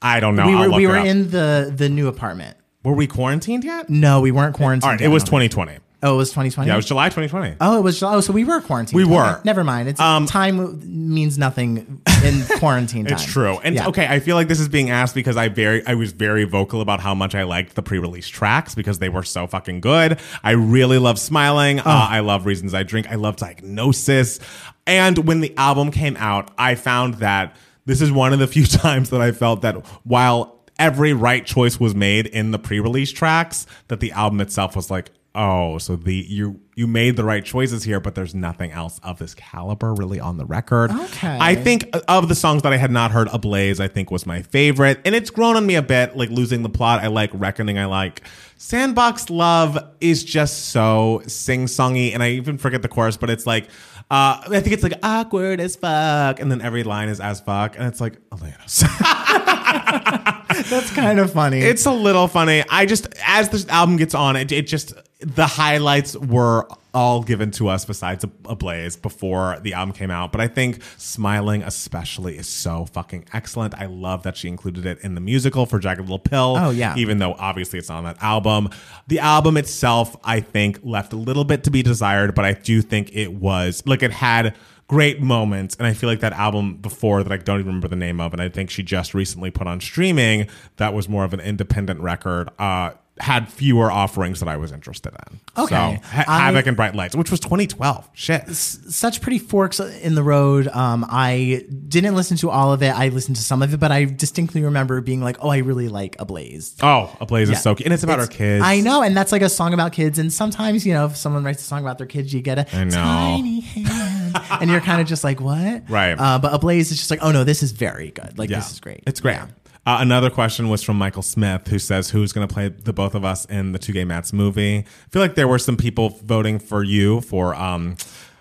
I don't know. we Oh, I'll were look we it were up. in the the new apartment. Were we quarantined yet? No, we weren't All quarantined. right, it was yet. 2020. Oh, it was 2020. Yeah, it was July 2020. Oh, it was July. Oh, so we were quarantined. We Okay, were. Um, Never mind. It's time means nothing (laughs) in quarantine time. It's true. And Yeah. okay, I feel like this is being asked because I very I was very vocal about how much I liked the pre-release tracks because they were so fucking good. I really love Oh. Smiling. Uh, I love Reasons I Drink. I love Diagnosis. And when the album came out, I found that this is one of the (laughs) few times that I felt that while every right choice was made in the pre-release tracks, that the album itself was like Oh, so the you you made the right choices here, but there's nothing else of this caliber really on the record. Okay. I think of the songs that I had not heard, Ablaze, I think was my favorite. And it's grown on me a bit, like Losing the Plot, I like Reckoning, I like. Sandbox Love is just so sing songy. And I even forget the chorus, but it's like, uh, I think it's like awkward as fuck. And then every line is as fuck. And it's like, "Oh Alanis. That's kind of funny. It's a little funny. I just as this album gets on, it, it just the highlights were all given to us besides a, blaze before the album came out. But I think Smiling especially is so fucking excellent. I love that she included it in the musical for Jagged Little Pill. Oh, yeah. Even though obviously it's not on that album. The album itself, I think, left a little bit to be desired, but I do think it was like it had great moments. And I feel like that album before that I don't even remember the name of, and I think she just recently put on streaming, that was more of an independent record. Uh had fewer offerings that I was interested in. Okay. So, Ha- I- Havoc and Bright Lights, which was 2012. Shit. such pretty forks in the road. Um, I didn't listen to all of it. I listened to some of it, but I distinctly remember being like, "Oh, I really like Ablaze." Oh, A Blaze Yeah. is so cute. And it's about her kids. I know, and that's like a song about kids. And sometimes, you know, if someone writes a song about their kids, you get a I know. tiny hand, (laughs) and you're kind of just like, "What?" Right. Uh, but Ablaze is just like, "Oh no, this is very good. Like, Yeah. this is great. It's great. Uh, another question was from Michael Smith, who says, "Who's going to play the both of us in the Two Gay Mats movie?" I feel like there were some people voting for you for um,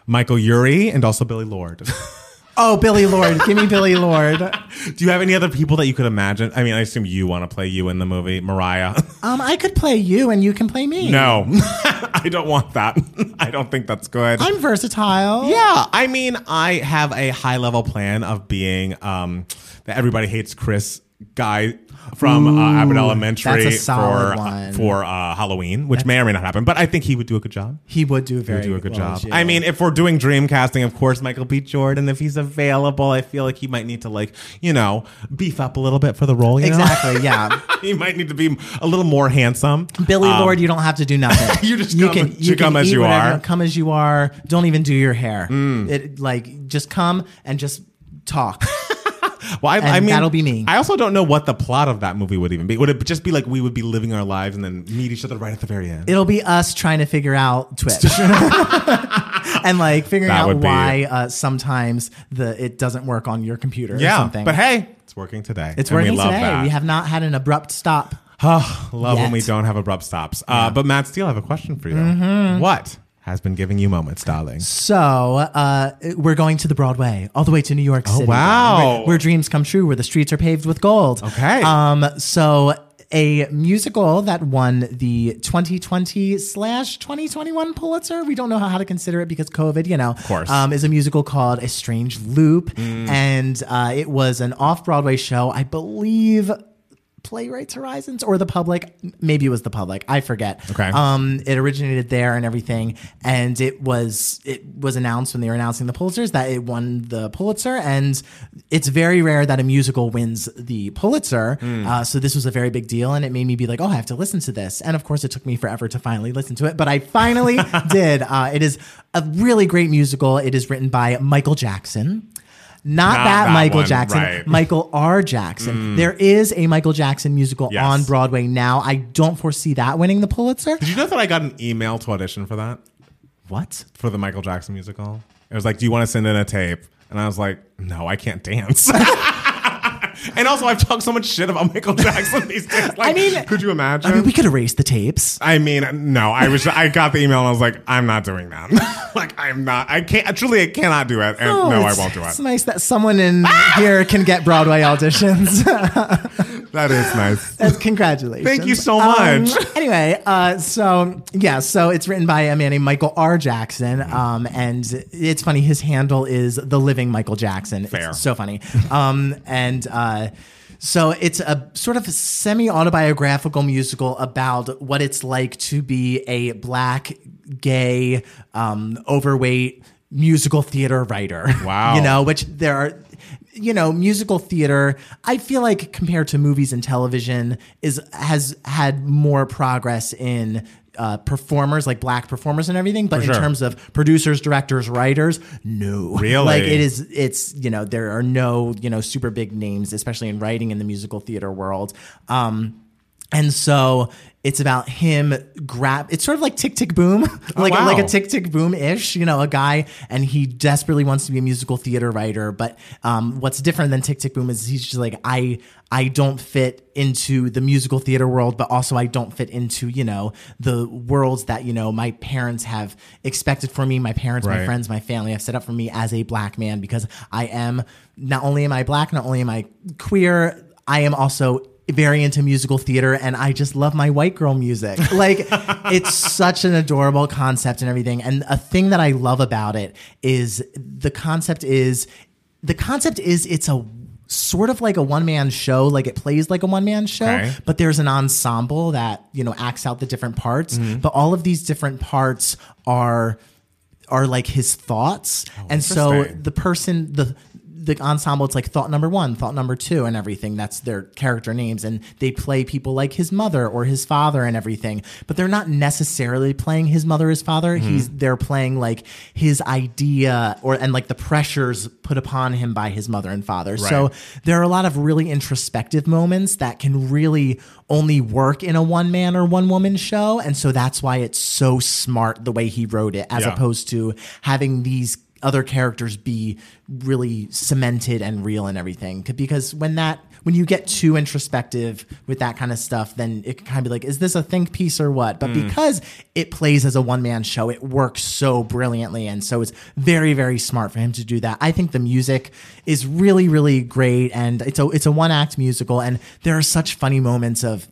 Michael Yuri and also Billy Lord. (laughs) Oh, Billy Lord, give me Billy Lord." (laughs) Do you have any other people that you could imagine? I mean, I assume you want to play you in the movie, Mariah. (laughs) Um, I could play you, and you can play me. (laughs) no, (laughs) I don't want that. (laughs) I don't think that's good. I'm versatile. Yeah, I mean, I have a high level plan of being um, the everybody hates Chris guy from uh, Abbott Elementary that's a solid for one. for uh, Halloween, which may or may not happen, but I think he would do a good job. He would do a very Do a good well, job. yeah. I (laughs) mean, if we're doing dream casting, of course, Michael B. Jordan, if he's available, I feel like he might need to like you know beef up a little bit for the role. You exactly. Yeah. know? (laughs) he might need to be a little more handsome. Billy Lord, you don't have to do nothing. Um, (laughs) You just come- you come as eat you whatever, are. Come as you are. Don't even do your hair. Mm. It like just come and just (laughs) talk. Well, I, I And mean, that'll be me. I also don't know what the plot of that movie would even be. Would it just be like we would be living our lives and then meet each other right at the very end? It'll be us trying to figure (laughs) out Twitch. and like figuring That out would be- why uh, sometimes the it doesn't work on your computer or something. But hey, it's working today. it's and working we love today. That. Ah, We have not had an abrupt stop. love when we yet. don't have abrupt stops. Uh, But Matt Steele, I have a question for you. Mm-hmm. What has been giving you moments, darling? So uh, we're going to the Broadway, all the way to New York City. Oh, wow. Where, where dreams come true, where the streets are paved with gold. Okay. Um. So a musical that won the 2020 slash 2021 Pulitzer. We don't know how to consider it because COVID. You know. Of course. Mm. Um, is a musical called A Strange Loop, and uh, it was an off Broadway show, I believe. Playwrights Horizons or the public, maybe it was the public, I forget. Okay. Um, it originated there and everything, and it was it was announced when they were announcing the Pulitzers that it won the Pulitzer, and it's very rare that a musical wins the Pulitzer. Hmm. Uh, so this was a very big deal, and it made me be like, oh, I have to listen to this. And of course, it took me forever to finally listen to it, but (laughs) I finally did. Uh, it is a really great musical. It is written by Michael Jackson. Not, that, that Michael one, Jackson, right. Michael R. Jackson. There is a Michael Jackson musical Mm. Yes. on Broadway now. I don't foresee that winning the Pulitzer. Did you know that I got an email to audition for that What? for the Michael Jackson musical? It was like, "Do you want to send in a tape?" And I was like, "No, I can't dance." (laughs) and also, I've talked so much shit about Michael Jackson these (laughs) days. Like, mean- could you imagine? I mean, we could erase the tapes. I mean, no, I was I got the email and I was like, I'm not doing that. (laughs) like I'm not I can't truly I cannot do it. And no, I Oh, it's- won't do It's it. nice that someone in here can get Broadway auditions. That is (laughs) nice. (laughs) That's- congratulations. Thank you so Um, much. (laughs) anyway, uh, so yeah, so it's written by a man named Michael R. Jackson, Mm-hmm. um, and it's funny. His handle is the Living Michael Jackson. Fair. It's so funny. Um, and uh, so it's a sort of semi autobiographical musical about what it's like to be a black, gay, um, overweight musical theater writer. (laughs) Wow. you know, which there are you know musical theater i feel like compared to movies and television is has had more progress in uh, performers like black performers and everything but in sure. terms of producers directors writers no (laughs) Really? like it is it's you know there are no you know super big names especially in writing in the musical theater world um and so it's about him grab it's sort of like tick tick boom (laughs) like Oh, wow. like a tick tick boom ish you know a guy and he desperately wants to be a musical theater writer but um, what's different than tick tick boom is he's just like i i don't fit into the musical theater world but also i don't fit into you know the worlds that you know my parents have expected for me my parents my Right. friends my family have set up for me as a black man because i am not only am i black not only am i queer i am also very into musical theater and I just love my white girl music. Like it's such an adorable concept and everything. And a thing that I love about it is the concept is the concept is it's a sort of like a one man show, like it plays like a one man show, Okay. but there's an ensemble that, you know, acts out the different parts, but all of these different parts are are like his thoughts. and so interesting. the person the the ensemble it's like thought number one thought number two and everything that's their character names and they play people like his mother or his father and everything but they're not necessarily playing his mother his father Mm-hmm. he's they're playing like his idea or and like the pressures put upon him by his mother and father so Right. there are a lot of really introspective moments that can really only work in a one man or one woman show and so that's why it's so smart the way he wrote it as Yeah. opposed opposed to having these other characters be really cemented and real and everything C- because when that when you get too introspective with that kind of stuff then it can kind of be like is this a think piece or what but because it plays as a one-man show it works so brilliantly and so it's very very smart for him to do that i think the music is really really great and it's a it's a one-act musical and there are such funny moments of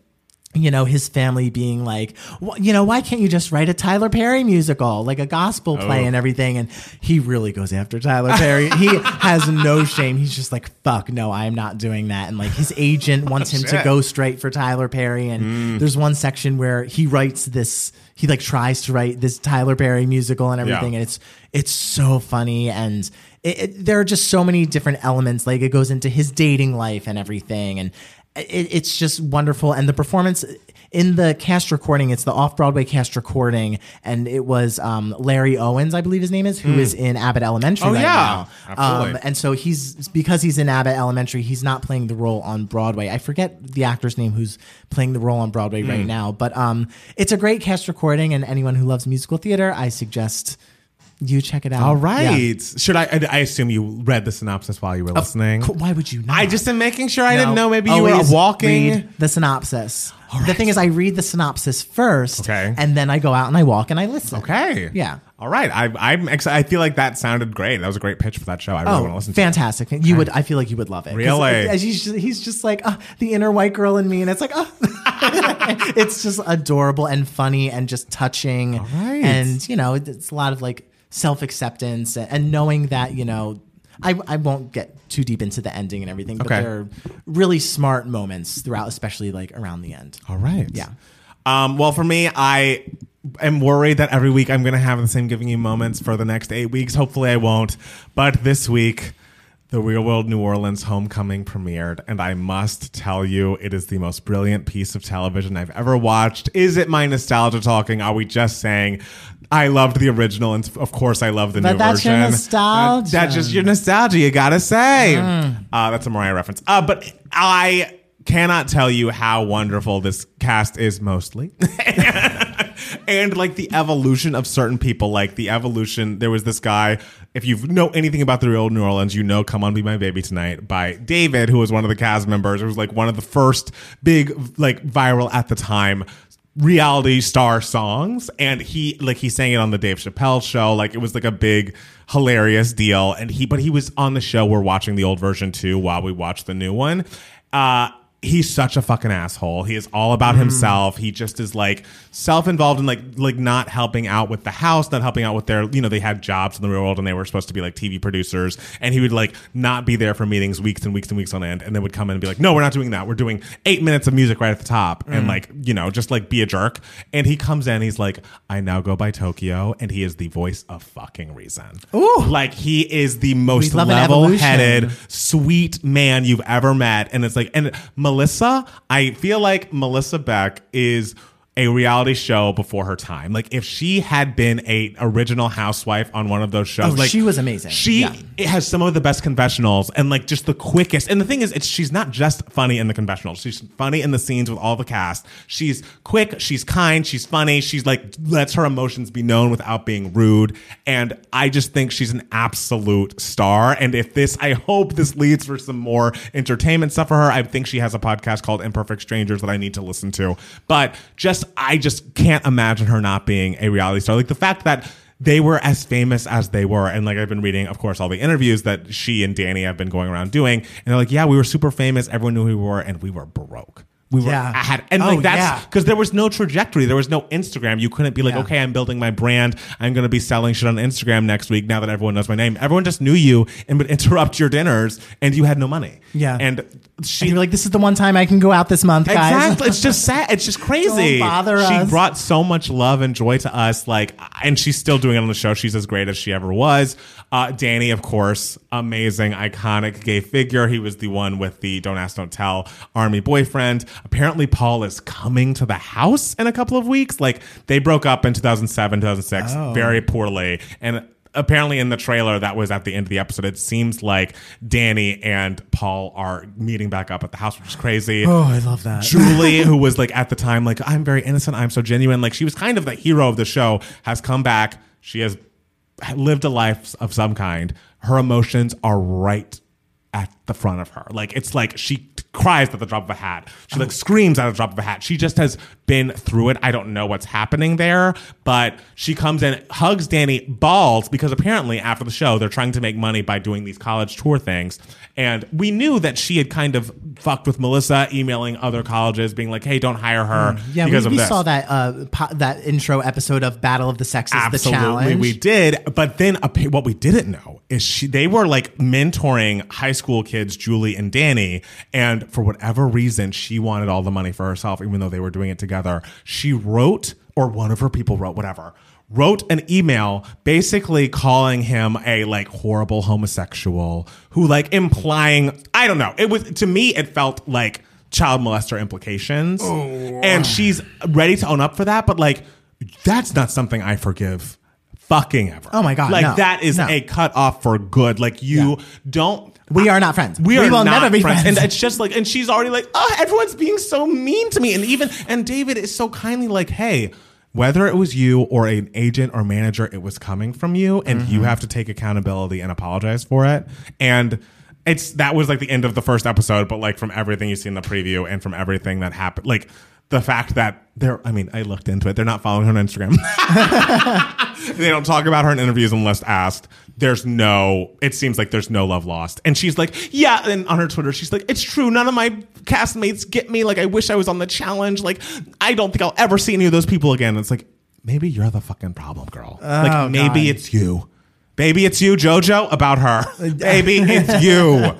you know his family being like "Wh- you know why can't you just write a tyler perry musical like a gospel play and everything and he really goes after tyler perry he has no shame he's just like fuck no i'm not doing that and like his agent wants him to Shit. go straight for tyler perry and there's one section where he writes this he like tries to write this tyler perry musical and everything Yeah. and it's it's so funny and it, it, there are just so many different elements like it goes into his dating life and everything and it, it's just wonderful and the performance in the cast recording it's the off-broadway cast recording and it was um, larry owens i believe his name is who is in abbott elementary Oh, right yeah. now Um, Absolutely. and so he's because he's in abbott elementary he's not playing the role on broadway i forget the actor's name who's playing the role on broadway Hmm. right now but um, it's a great cast recording and anyone who loves musical theater i suggest you check it out. All Yeah. right. Should I, I? I assume you read the synopsis while you were listening. Co- Why would you not? I just am making sure I didn't No. know. Maybe you Always were walking. read the synopsis. The thing is, I read the synopsis first, Okay. and then I go out and I walk and I listen. Okay. Yeah. All right. I, I'm. Ex- I feel like that sounded great. That was a great pitch for that show. I really want to Oh, listen. fantastic! You would. I feel like you would love it. 'Cause Really? it- as he's just, he's just like "Ah, the inner white girl in me, and it's like, oh. (laughs) it's just adorable and funny and just touching. right. And you know, it's a lot of like self acceptance and knowing that you know. I, I won't get too deep into the ending and everything, but Okay. there are really smart moments throughout, especially like around the end. All right. Yeah. Um, well, for me, I am worried that every week I'm going to have the same giving you moments for the next eight weeks. Hopefully, I won't. But this week, the Real World New Orleans Homecoming premiered, and I must tell you, it is the most brilliant piece of television I've ever watched. Is it my nostalgia talking? Are we just saying I loved the original, and of course I love the But new that's your version? nostalgia. That- that's just your nostalgia. You gotta say uh, that's a Mariah reference. Uh, but I cannot tell you how wonderful this cast is, mostly and like the evolution of certain people like the evolution there was this guy if you know anything about the real new orleans you know come on be my baby tonight by david who was one of the cast members it was like one of the first big like viral at the time reality star songs and he like he sang it on the dave chappelle show like it was like a big hilarious deal and he but he was on the show we're watching the old version too while we watch the new one uh he's such a fucking asshole. He is all Mm. about himself. He just is like self-involved and like like not helping out with the house, not helping out with their, you know, they had jobs in the real world and they were supposed to be like TV producers and he would like not be there for meetings weeks and weeks and weeks on end and then would come in and be like, "No, we're not doing that. We're doing 8 minutes of music right at the top." Mm. And like, you know, just like be a jerk. And he comes in, he's like, "I now go by Tokyo." And he is the voice of fucking reason. Ooh. Like he is the most We love an evolution. level-headed sweet man you've ever met. And it's like, and Melissa, I feel like Melissa Beck is a reality show before her time. Like if she had been a original housewife on one of those shows, Oh, like she was amazing. She Yeah. it has some of the best confessionals and like just the quickest. And the thing is, it's she's not just funny in the confessionals. She's funny in the scenes with all the cast. She's quick. She's kind. She's funny. She's like lets her emotions be known without being rude. And I just think she's an absolute star. And if this, I hope this leads for some more entertainment stuff for her. I think she has a podcast called Imperfect Strangers that I need to listen to. But just I just can't imagine her not being a reality star. Like the fact that they were as famous as they were. And like I've been reading, of course, all the interviews that she and Danny have been going around doing. And they're like, yeah, we were super famous. Everyone knew who we were, and we were broke. We were Yeah. I had and Oh, like yeah. that's because there was no trajectory. There was no Instagram. You couldn't be like, Yeah. okay, I'm building my brand. I'm gonna be selling shit on Instagram next week now that everyone knows my name. Everyone just knew you and would (laughs) interrupt your dinners and you had no money. Yeah. And And she you're like, this is the one time I can go out this month, guys. (laughs) Exactly. It's just sad. It's just crazy. bother she us. brought so much love and joy to us. Like, and she's still doing it on the show. She's as great as she ever was. Uh, Danny, of course, amazing, iconic gay figure. He was the one with the "Don't Ask, Don't Tell" army boyfriend. Apparently, Paul is coming to the house in a couple of weeks. Like, they broke up in 2007, 2006, Oh. very poorly, and. Apparently, in the trailer that was at the end of the episode, it seems like Danny and Paul are meeting back up at the house, which is crazy. Oh, I love (laughs) that. Julie, who was like at the time, like, I'm very innocent, I'm so genuine. Like, she was kind of the hero of the show, has come back. She has lived a life of some kind. Her emotions are right at the front of her. Like, it's like she t- cries at the drop of a hat. She like screams at the drop of a hat. She just has been through it. I don't know what's happening there, but she comes in, hugs Danny, balls, because apparently after the show, they're trying to make money by doing these college tour things. And we knew that she had kind of fucked with Melissa, emailing other colleges, being like, hey, don't hire her Mm, Yeah, because we, of we this. saw that uh, po- that intro episode of Battle of the Sexes, the challenge. we did. But then appa- what we didn't know is she they were like mentoring high school kids, Julie and Danny, and for whatever reason, she wanted all the money for herself, even though they were doing it together. She wrote, or one of her people wrote, whatever. Wrote an email basically calling him a like horrible homosexual who like implying I don't know. It was to me it felt like child molester implications. And she's ready to own up for that, but like that's not something I forgive fucking ever. Oh my God, Like no, that is no. a cut off for good. Like you don't We are not friends. we, We are will not never be friends. And it's just like, and she's already like, oh, everyone's being so mean to me. And even, and David is so kindly like, hey, whether it was you or an agent or manager, it was coming from you, and you Mm-hmm. have to take accountability and apologize for it. And it's that was like the end of the first episode, but like from everything you see in the preview and from everything that happened, like the fact that they're, I mean, I looked into it, they're not following her on Instagram. they don't talk about her in interviews unless asked. There's no, it seems like there's no love lost. And she's like, yeah. And on her Twitter, she's like, it's true. None of my castmates get me. Like, I wish I was on the challenge. Like, I don't think I'll ever see any of those people again. It's like, maybe you're the fucking problem, girl. like, maybe God. it's you. Maybe it's you, JoJo, about her. Maybe it's you.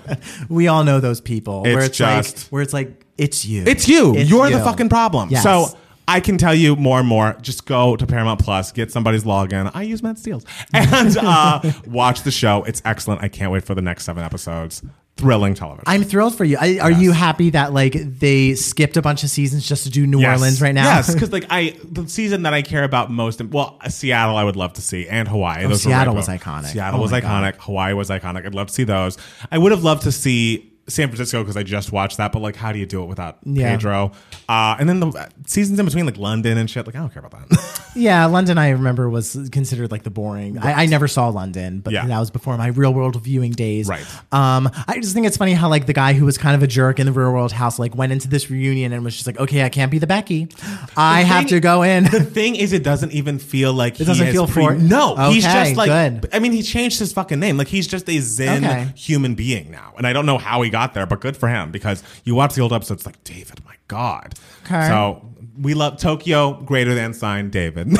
(laughs) we all know those people. where It's it's like- just- where it's like it's you. It's you. It's You're you. the fucking problem. Yes. So I can tell you more and more. Just go to Paramount Plus, get somebody's login. I use Matt (laughs) Steele's and uh, watch the show. It's excellent. I can't wait for the next seven episodes. Thrilling television. I'm thrilled for you. I, are you happy that like they skipped a bunch of seasons just to do New Yes. Orleans right now? Yes, (laughs) because like I, the season that I care about most, well, Seattle I would love to see, and Hawaii. Those were Oh, Seattle right was above. iconic. Seattle Oh was my iconic. God. Hawaii was iconic. I'd love to see those. I would have loved to see San Francisco because I just watched that. But like, how do you do it without Yeah. Pedro? Uh, and then the uh, seasons in between, like London and shit. Like I don't care about that. (laughs) Yeah, London I remember was considered like the boring. I, I never saw London, but Yeah. that was before my real world viewing days. Right. Um, I just think it's funny how like the guy who was kind of a jerk in the real world house like went into this reunion and was just like, okay, I can't be the (laughs) Becky. I have thing- to (laughs) go in. the thing is, it doesn't even feel like it doesn't feel for- no, he's Okay, just like. good. I mean, he changed his fucking name. Like he's just a zen Okay. human being now, and I don't know how he got there, but good for him because you watch the old episodes, like David, my God. Okay. So we love Tokyo greater than sign David.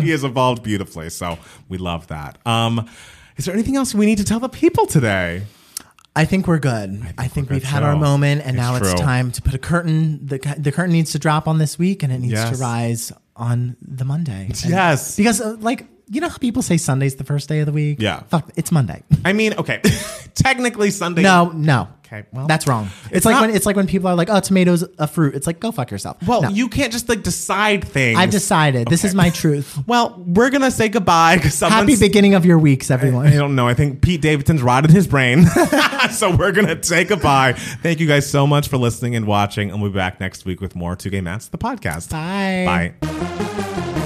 (laughs) he has evolved beautifully, so we love that. Um, is there anything else we need to tell the people today? I think we're good. I think, we're we've good, had our so. moment, and It's now it's true. time to put a curtain. The, cu- the curtain needs to drop on this week, and it needs to Yes. rise on the Monday. And- (laughs) Yes. because uh, like you know how people say Sunday's the first day of the week. Yeah. fuck, it's Monday. I mean, okay, (laughs) technically Sunday. No, no. Okay, well, that's wrong. It's, it's like not- when it's like when people are like, "Oh, tomatoes a fruit." It's like, go fuck yourself. Well, No. you can't just like decide things. I've decided. This is Okay. my (laughs) truth. Well, we're gonna say goodbye because someone's. Happy beginning of your (laughs) weeks, everyone. I don't know. I think Pete Davidson's rotted his brain. (laughs) so we're going to say goodbye. Thank you guys so much for listening and watching. And we'll be back next week with more Two Gay Mats, the podcast. Bye. Bye.